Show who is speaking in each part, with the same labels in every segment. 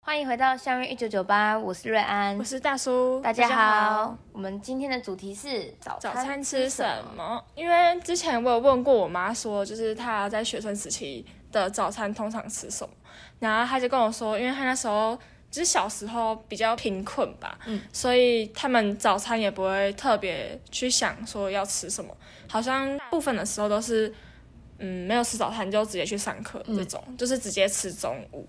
Speaker 1: 欢迎回到相约一九九八，我是瑞安
Speaker 2: 我，是大叔，
Speaker 1: 大家好。。我们今天的主题是早
Speaker 2: 早
Speaker 1: 餐
Speaker 2: 餐吃什？么？因为之前我有问过我妈说，就是她在学生时期的早餐通常吃什么，然后她就跟我说，因为她那时候就是小时候比较贫困吧，嗯，所以他们早餐也不会特别去想说要吃什么，好像大部分的时候都是，嗯，没有吃早餐就直接去上课这种，就是直接吃中午。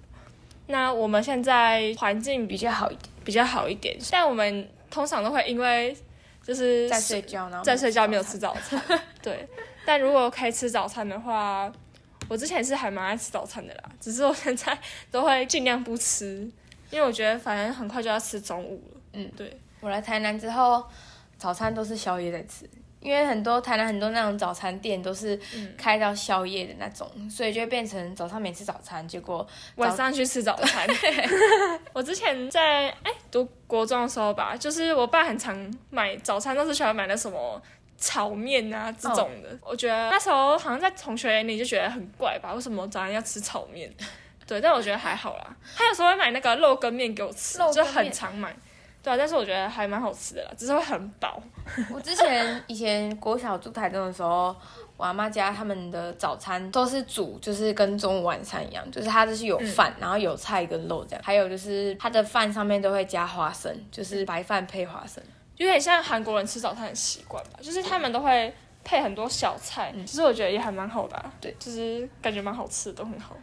Speaker 2: 那我们现在环境
Speaker 1: 比
Speaker 2: 比
Speaker 1: 较好一点，
Speaker 2: 比较好一点，但我们通常都会因为就是
Speaker 1: 在睡觉呢，
Speaker 2: 在睡觉没有吃早餐。对，但如果可以吃早餐的话，我之前是还蛮爱吃早餐的啦，只是我现在都会尽量不吃，因为我觉得反正很快就要吃中午了。
Speaker 1: 嗯，
Speaker 2: 对，
Speaker 1: 我来台南之后，早餐都是宵夜在吃，因为很多台南很多那种早餐店都是
Speaker 2: 嗯
Speaker 1: 开到宵夜的那种，所以就会变成早上没吃早餐，结果
Speaker 2: 晚上去吃早餐。 我之前在哎读国中的时候吧，就是我爸很常买早餐，都是喜欢买那什么。炒面啊这种的
Speaker 1: 哦
Speaker 2: 我觉得那时候好像在同学眼里就觉得很怪吧，为什么早上要吃炒面？ 对，但我觉得还好啦。他有时候会买那个肉羹面给我吃
Speaker 1: 肉，羹
Speaker 2: 就
Speaker 1: 面
Speaker 2: 很常买。对啊，但是我觉得还蛮好吃的啦，只是会很饱。
Speaker 1: 我之前以前国小住台中的时候，我阿妈家他们的早餐都是煮，就是跟中午晚餐一样，就是它就是有饭，然后有菜跟肉这样，还有就是它的饭上面都会加花生，就是白饭配花生。
Speaker 2: 有点像韩国人吃早餐的习惯吧，就是他们都会配很多小菜，其实我觉得也还蛮好的、啊。
Speaker 1: 嗯对
Speaker 2: 就是感觉蛮好吃的，都很好。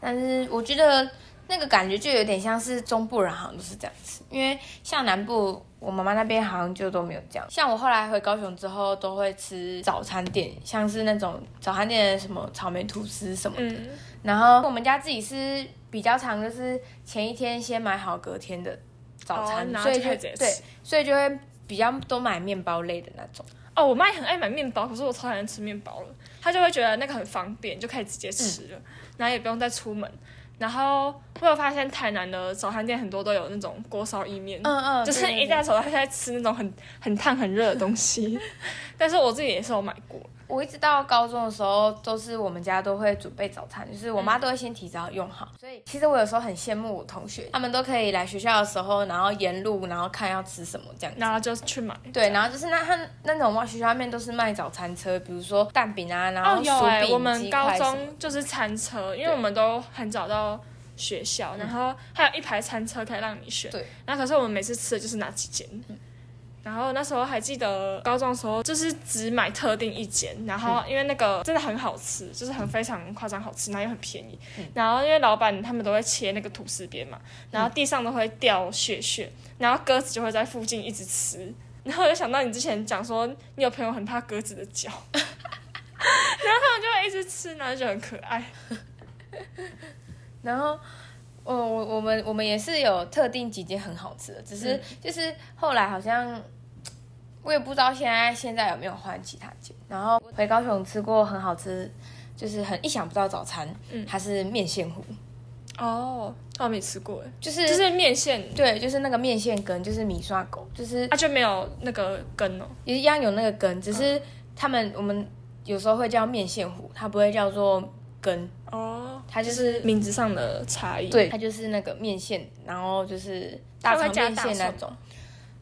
Speaker 1: 但是我觉得那个感觉就有点像是中部人好像都是这样吃，因为像南部我妈妈那边好像就都没有这样。像我后来回高雄之后，都会吃早餐店，像是那种早餐店的什么草莓吐司什么的。
Speaker 2: 嗯，
Speaker 1: 然后我们家自己是比较常，就是前一天先买好隔天的早餐，
Speaker 2: 哦然后
Speaker 1: 所以
Speaker 2: 就开
Speaker 1: 就
Speaker 2: 始直接吃
Speaker 1: 对，所以就会比较多买面包类的那种。
Speaker 2: 哦，我妈也很爱买面包，可是我超讨厌吃面包了。她就会觉得那个很方便，就可以直接吃
Speaker 1: 嗯
Speaker 2: 了，然后也不用再出门。然后我有发现台南的早餐店很多都有那种锅烧意面，
Speaker 1: 嗯嗯，
Speaker 2: 就是一大
Speaker 1: 家，
Speaker 2: 早她在吃那种很很烫很热的 东西。但是我自己也是有买过，
Speaker 1: 我一直到高中的时候，都是我们家都会准备早餐，就是我
Speaker 2: 嗯
Speaker 1: 妈都会先提早用好。所以其实我有时候很羡慕我同学，他们都可以来学校的时候，然后沿路然后看要吃什么这样子。
Speaker 2: 然后就去买。
Speaker 1: 对，然后就是那他那种哇，学校面都是卖早餐车，比如说蛋饼啊，然
Speaker 2: 哦
Speaker 1: 后，
Speaker 2: 有
Speaker 1: 薯
Speaker 2: 哎、
Speaker 1: 饼、
Speaker 2: 我们
Speaker 1: 鸡
Speaker 2: 高
Speaker 1: 块什么的
Speaker 2: 中就是餐车，因为我们都很早到学校，然后还有一排餐车可以让你选。
Speaker 1: 嗯对，嗯
Speaker 2: 那可是我们每次吃的就是那几间。然后那时候还记得高中的时候，就是只买特定一间，然后
Speaker 1: 嗯
Speaker 2: 因为那个真的很好吃，就是很非常夸张好吃，然后又很便宜。
Speaker 1: 嗯
Speaker 2: 然后因为老板他们都会切那个吐司边嘛，然
Speaker 1: 嗯
Speaker 2: 后地上都会掉屑屑，然后鸽子就会在附近一直吃。然后我就想到你之前讲说，你有朋友很怕鸽子的脚，然后他们就会一直吃，然后就很可爱。
Speaker 1: 然后，我我我们我们也是有特定几间很好吃的，只是、
Speaker 2: 嗯
Speaker 1: 就是后来好像我也不知道现在现在有没有换其他间。然后回高雄吃过很好吃，就是很意想不到早餐，
Speaker 2: 嗯
Speaker 1: 它是面线糊，
Speaker 2: 哦，我没吃过哎，
Speaker 1: 就是、
Speaker 2: 就是面线
Speaker 1: 对，就是那个面线羹，就是米刷狗，就是
Speaker 2: 啊就没有那个根哦。
Speaker 1: 也一样有那个羹，只
Speaker 2: 嗯
Speaker 1: 是他们我们有时候会叫面线糊，它不会叫做羹，
Speaker 2: 哦，
Speaker 1: 它就是
Speaker 2: 名字上的差异。
Speaker 1: 对，它就是那个面线，然后就是大肠面线那种，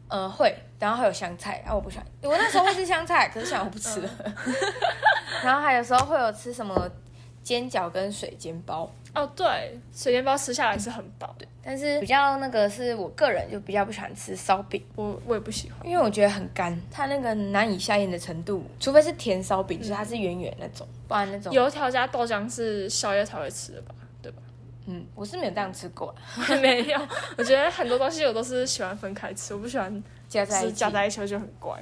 Speaker 1: 呃，会，然后还有香菜，啊然、后我不喜欢，我那时候会吃香菜，可是现在我不吃了。 然后还有时候会有吃什么煎饺跟水煎包，
Speaker 2: 哦，对，水煎包吃下来是很饱的，
Speaker 1: 但是比较那个是我个人就比较不喜欢吃烧饼，
Speaker 2: 我我也不喜欢。
Speaker 1: 因为我觉得很干，它那个难以下咽的程度，除非是甜烧饼，就是它是圆圆那种，不然那种，
Speaker 2: 油条加豆浆是宵夜才会吃的吧？对吧？
Speaker 1: 嗯，我是没有这样吃过啊，
Speaker 2: 我也没有，我觉得很多东西我都是喜欢分开吃，我不喜欢
Speaker 1: 加在
Speaker 2: 吃
Speaker 1: 一起
Speaker 2: 加。在一起，我就很怪。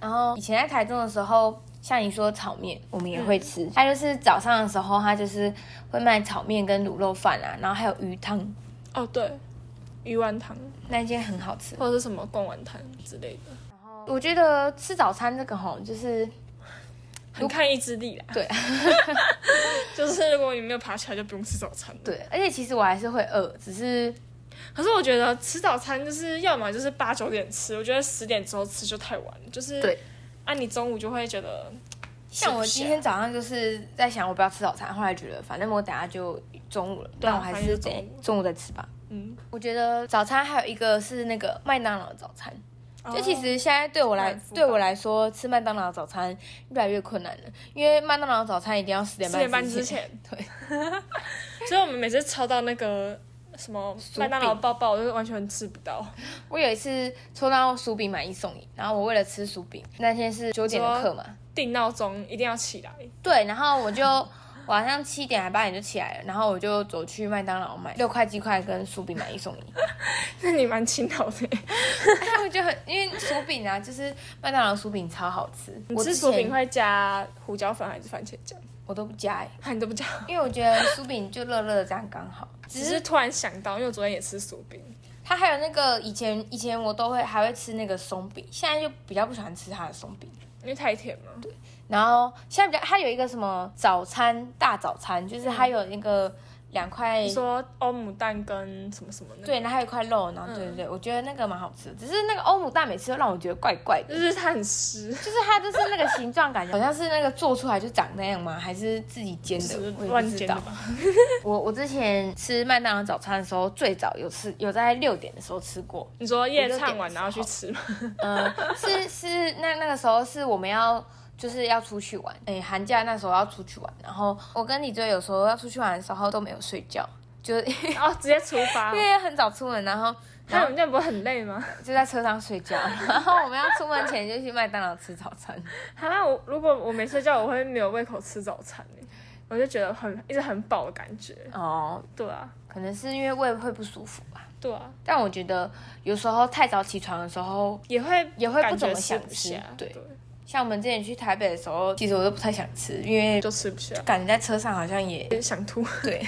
Speaker 1: 然后以前在台中的时候，像你说炒面，我们也会吃。它就是早上的时候，它就是会卖炒面跟卤肉饭啊，然后还有鱼汤，
Speaker 2: 哦，对，鱼丸汤
Speaker 1: 那一间很好吃。
Speaker 2: 或者是什么贡丸汤之类的，
Speaker 1: 我觉得吃早餐这个吼，就是
Speaker 2: 很看意志力啦。
Speaker 1: 对，
Speaker 2: 就是如果你没有爬起来，就不用吃早餐了。
Speaker 1: 对，而且其实我还是会饿，只是
Speaker 2: 可是我觉得吃早餐就是要么就是八九点吃，我觉得十点之后吃就太晚了，就是
Speaker 1: 对
Speaker 2: 啊，你中午就会觉得
Speaker 1: 像我
Speaker 2: 吃不
Speaker 1: 今
Speaker 2: 下
Speaker 1: 天早上就是在想我不要吃早餐，后来觉得反正我等下就中午了，
Speaker 2: 对啊
Speaker 1: 那我还是
Speaker 2: 反正就中
Speaker 1: 得
Speaker 2: 午
Speaker 1: 中午再吃吧。
Speaker 2: 嗯，
Speaker 1: 我觉得早餐还有一个是那个麦当劳早餐，就其
Speaker 2: 哦
Speaker 1: 实现在对我来
Speaker 2: 满足感
Speaker 1: 对我来说吃麦当劳早餐越来越困难了，因为麦当劳早餐一定要十点
Speaker 2: 四点
Speaker 1: 半
Speaker 2: 半之
Speaker 1: 前。
Speaker 2: 前，对， 所以我们每次抽到那个什么麦当劳抱抱，我就完全吃不到。
Speaker 1: 我有一次抽到薯饼买一送一，然后我为了吃薯饼，那天是九点的课嘛，
Speaker 2: 定闹钟一定要起来，
Speaker 1: 对，然后我就 晚上七点还八点就起来了，然后我就走去麦当劳买六块鸡块跟薯饼买一送 一，
Speaker 2: 那你蛮勤劳的耶。
Speaker 1: 然后就很因为薯饼啊，就是麦当劳薯饼超好吃，
Speaker 2: 你
Speaker 1: 我
Speaker 2: 吃
Speaker 1: 之
Speaker 2: 薯饼
Speaker 1: 前
Speaker 2: 会加胡椒粉还是番茄酱？
Speaker 1: 我都不加哎、
Speaker 2: 啊，你都不加，
Speaker 1: 因为我觉得薯饼就热热的这样刚好，
Speaker 2: 只是突然想到，因为我昨天也吃薯饼，
Speaker 1: 它还有那个以前以前我都会还会吃那个松饼，现在就比较不喜欢吃它的松饼。
Speaker 2: 因为太甜了。
Speaker 1: 然后现在比较它有一个什么早餐大早餐，就是它有那个两块
Speaker 2: 你说欧姆蛋跟什么什么那个，
Speaker 1: 哎对，然后还有一块肉，
Speaker 2: 嗯
Speaker 1: 然后对对对，我觉得那个蛮好吃的。只是那个欧姆蛋每次都让我觉得怪怪的，
Speaker 2: 就是它很湿，
Speaker 1: 就是它就是那个形状感觉好像是那个做出来就长那样吗？还是自己煎的
Speaker 2: 是？
Speaker 1: 我也
Speaker 2: 乱
Speaker 1: 不知
Speaker 2: 煎
Speaker 1: 道
Speaker 2: 的。吧？
Speaker 1: 我我之前吃麦当劳早餐的时候，最早有吃有在六点的时候吃过，
Speaker 2: 你说夜唱
Speaker 1: 我
Speaker 2: 完
Speaker 1: 就点的时候
Speaker 2: 然后去吃吗？
Speaker 1: 呃，是是那那个时候是我们要就是要出去玩，哎、寒假那时候要出去玩，然后我跟李追有时候要出去玩的时候都没有睡觉，就是 因
Speaker 2: 然后哦直接出发。
Speaker 1: 为很早出门，然后然
Speaker 2: 那
Speaker 1: 后
Speaker 2: 你这样不会很累吗？
Speaker 1: 就在车上睡觉， 然后我们要出门前就去麦当劳吃早餐。
Speaker 2: 好啦，我如果我没睡觉，我会没有胃口吃早餐欸我就觉得很一直很饱的感觉。
Speaker 1: 哦，
Speaker 2: 对啊，
Speaker 1: 可能是因为胃会不舒服吧，
Speaker 2: 对啊，
Speaker 1: 但我觉得有时候太早起床的时候，
Speaker 2: 也会
Speaker 1: 也会不
Speaker 2: 感觉
Speaker 1: 怎么
Speaker 2: 吃
Speaker 1: 想
Speaker 2: 不
Speaker 1: 吃
Speaker 2: 下，
Speaker 1: 对
Speaker 2: 对，
Speaker 1: 像我们之前去台北的时候，其实我都不太想吃，因为
Speaker 2: 就吃不下，
Speaker 1: 感觉在车上好像也
Speaker 2: 就想吐。
Speaker 1: 对，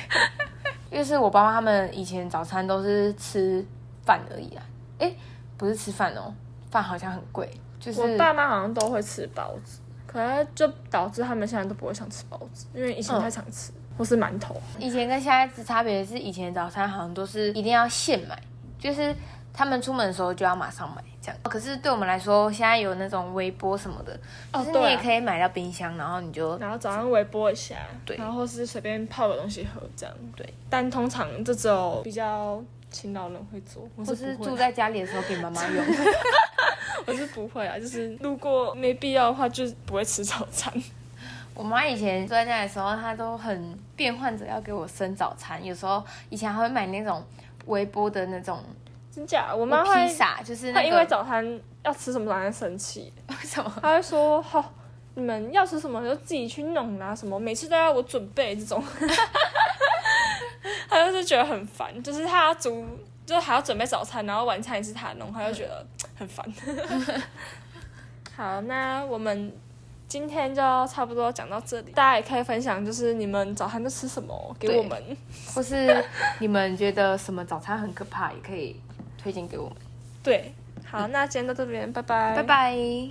Speaker 1: 因为是我爸妈他们以前早餐都是吃饭而已啊，诶，不是吃饭哦，饭好像很贵，就是
Speaker 2: 我爸妈好像都会吃包子，可是就导致他们现在都不会想吃包子，因为以前
Speaker 1: 嗯
Speaker 2: 太常吃，或是馒头。
Speaker 1: 以前跟现在之差别是，以前早餐好像都是一定要现买，就是他们出门的时候就要马上买这样。可是对我们来说，现在有那种微波什么的，
Speaker 2: 哦
Speaker 1: 就是
Speaker 2: 对
Speaker 1: 你
Speaker 2: 啊
Speaker 1: 也可以买到冰箱，然后你就
Speaker 2: 然后早上微波一下，
Speaker 1: 对
Speaker 2: 然后或是随便泡个东西喝这样，
Speaker 1: 对。
Speaker 2: 但通常这只有比较勤劳人会做，我
Speaker 1: 或
Speaker 2: 是
Speaker 1: 是
Speaker 2: 不会
Speaker 1: 住在家里的时候给妈妈用。
Speaker 2: 我是不会啊，就是如果没必要的话，就是不会吃早餐。
Speaker 1: 我妈以前住在家里的时候，她都很变换着要给我生早餐，有时候以前还会买那种微波的那种
Speaker 2: 真假？我妈会
Speaker 1: 披，萨，就是那
Speaker 2: 她
Speaker 1: 个
Speaker 2: 因为早餐要吃什么早餐生气，
Speaker 1: 为什么？
Speaker 2: 她会说：“好、你们要吃什么就自己去弄啊啦、什么每次都要我准备这种。” 她就是觉得很烦，就是她要煮，就是还要准备早餐，然后晚餐也是她弄，她就觉得很烦。 好，那我们。今天就差不多讲到这里，大家也可以分享，就是你们早餐都吃什么给
Speaker 1: 对
Speaker 2: 我们。
Speaker 1: 或是你们觉得什么早餐很可怕，也可以推荐给我们。
Speaker 2: 对，好，那今天到这边，拜拜，
Speaker 1: 拜。拜。